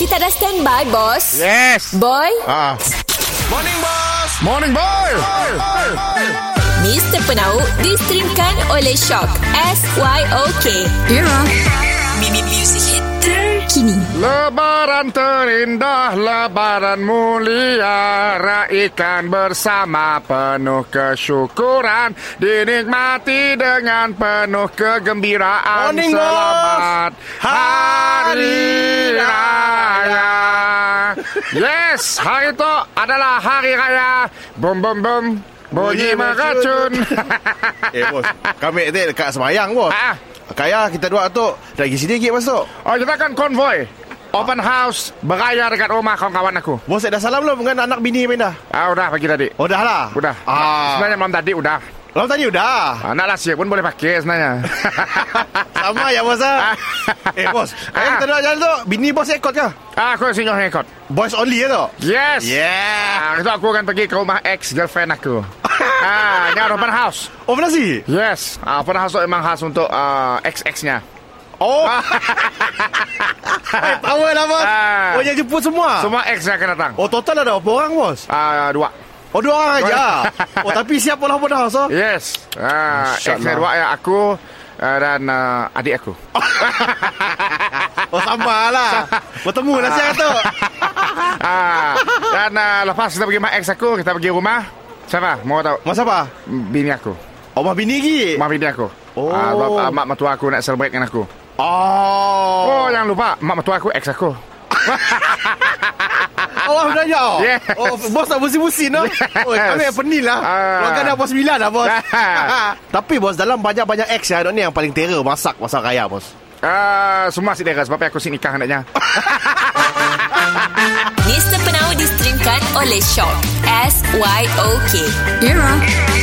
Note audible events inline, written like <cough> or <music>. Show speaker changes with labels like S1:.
S1: Kita dah standby, bos.
S2: Yes.
S1: Boy,
S2: Ah.
S3: Morning, boss.
S2: Morning, boy.
S1: Mr. Penau distrimkan oleh Shock. S-Y-O-K. Era. Mimi Music Hit terkini.
S2: Lebaran terindah, lebaran mulia. Raikan bersama penuh kesyukuran. Dinikmati dengan penuh kegembiraan.
S3: Morning, boss.
S2: Selamat Hari Raya. Yes, hari itu adalah Hari Raya. Bum, bum, bum. Bunyi
S3: Bunyi meracun.
S2: meracun.
S3: Eh, bos. Kami tadi dekat semayang, bos.
S2: <laughs> Ah.
S3: Kaya kita dua tu Lagi sini sikit bos tu
S2: Oh, kita akan konvoy. Open house beraya dekat rumah kawan-kawan aku.
S3: Bos dah salam belum Dengan anak bini main dah
S2: Ah, udah pagi tadi.
S3: Oh dah lah
S2: Udah.
S3: ah.
S2: Sebenarnya malam tadi udah. Ah,
S3: Lama tadi udah
S2: Anak lahsia pun boleh pakai sebenarnya.
S3: <laughs> Sama ya bos ah. Eh bos Kaya kita dua jalan tu Bini bos ikut ke
S2: ah, aku sinyoh yang ikut.
S3: Boys only ya, ke tu
S2: Yes.
S3: Yeah
S2: Ah, itu aku akan pergi ke rumah ex-girlfriend
S3: <laughs>
S2: aku. ah, ni ada open house.
S3: Oh benar sih
S2: Yes. Ah, open house tu memang khas untuk ah, ex-ex-nya.
S3: Oh Eh, Tahu lah bos
S2: Ah.
S3: Oh yang jemput semua
S2: Semua ex yang akan datang.
S3: Oh total ada berapa orang bos
S2: Ah, dua.
S3: Oh dua orang
S2: Dua
S3: aja
S2: orang.
S3: Oh tapi siap olah pun dah so
S2: Yes. Ah, ex
S3: Masya
S2: yang dua
S3: Allah.
S2: ya aku ah, dan ah, adik aku.
S3: Oh sama lah Bertemu lah siap tu
S2: Ah, dan ah, lepas kita pergi rumah ex aku, kita pergi rumah siapa? Mau tahu?
S3: Mas apa
S2: Bini aku.
S3: Oh mah bini lagi
S2: Mak bini aku.
S3: Oh.
S2: Ah, bab- ah, mak mertua aku nak celebrate dengan aku.
S3: Oh
S2: Oh, jangan lupa mak mertua aku ex aku.
S3: Oh belanja oh.
S2: Yes.
S3: oh Bos tak busi-busi no Oh
S2: Yes.
S3: kami apa ni lah
S2: Ah.
S3: Keluarga dah bos sembilan dah bos
S2: Ah.
S3: <laughs> Tapi bos dalam banyak-banyak ex ya Ni yang paling terror masak Masak raya bos
S2: Ah, semua si Dera sebab aku si nikah hendaknya.
S1: Mr. Penau distrimkan oleh Shock. S-Y-O-K. Era.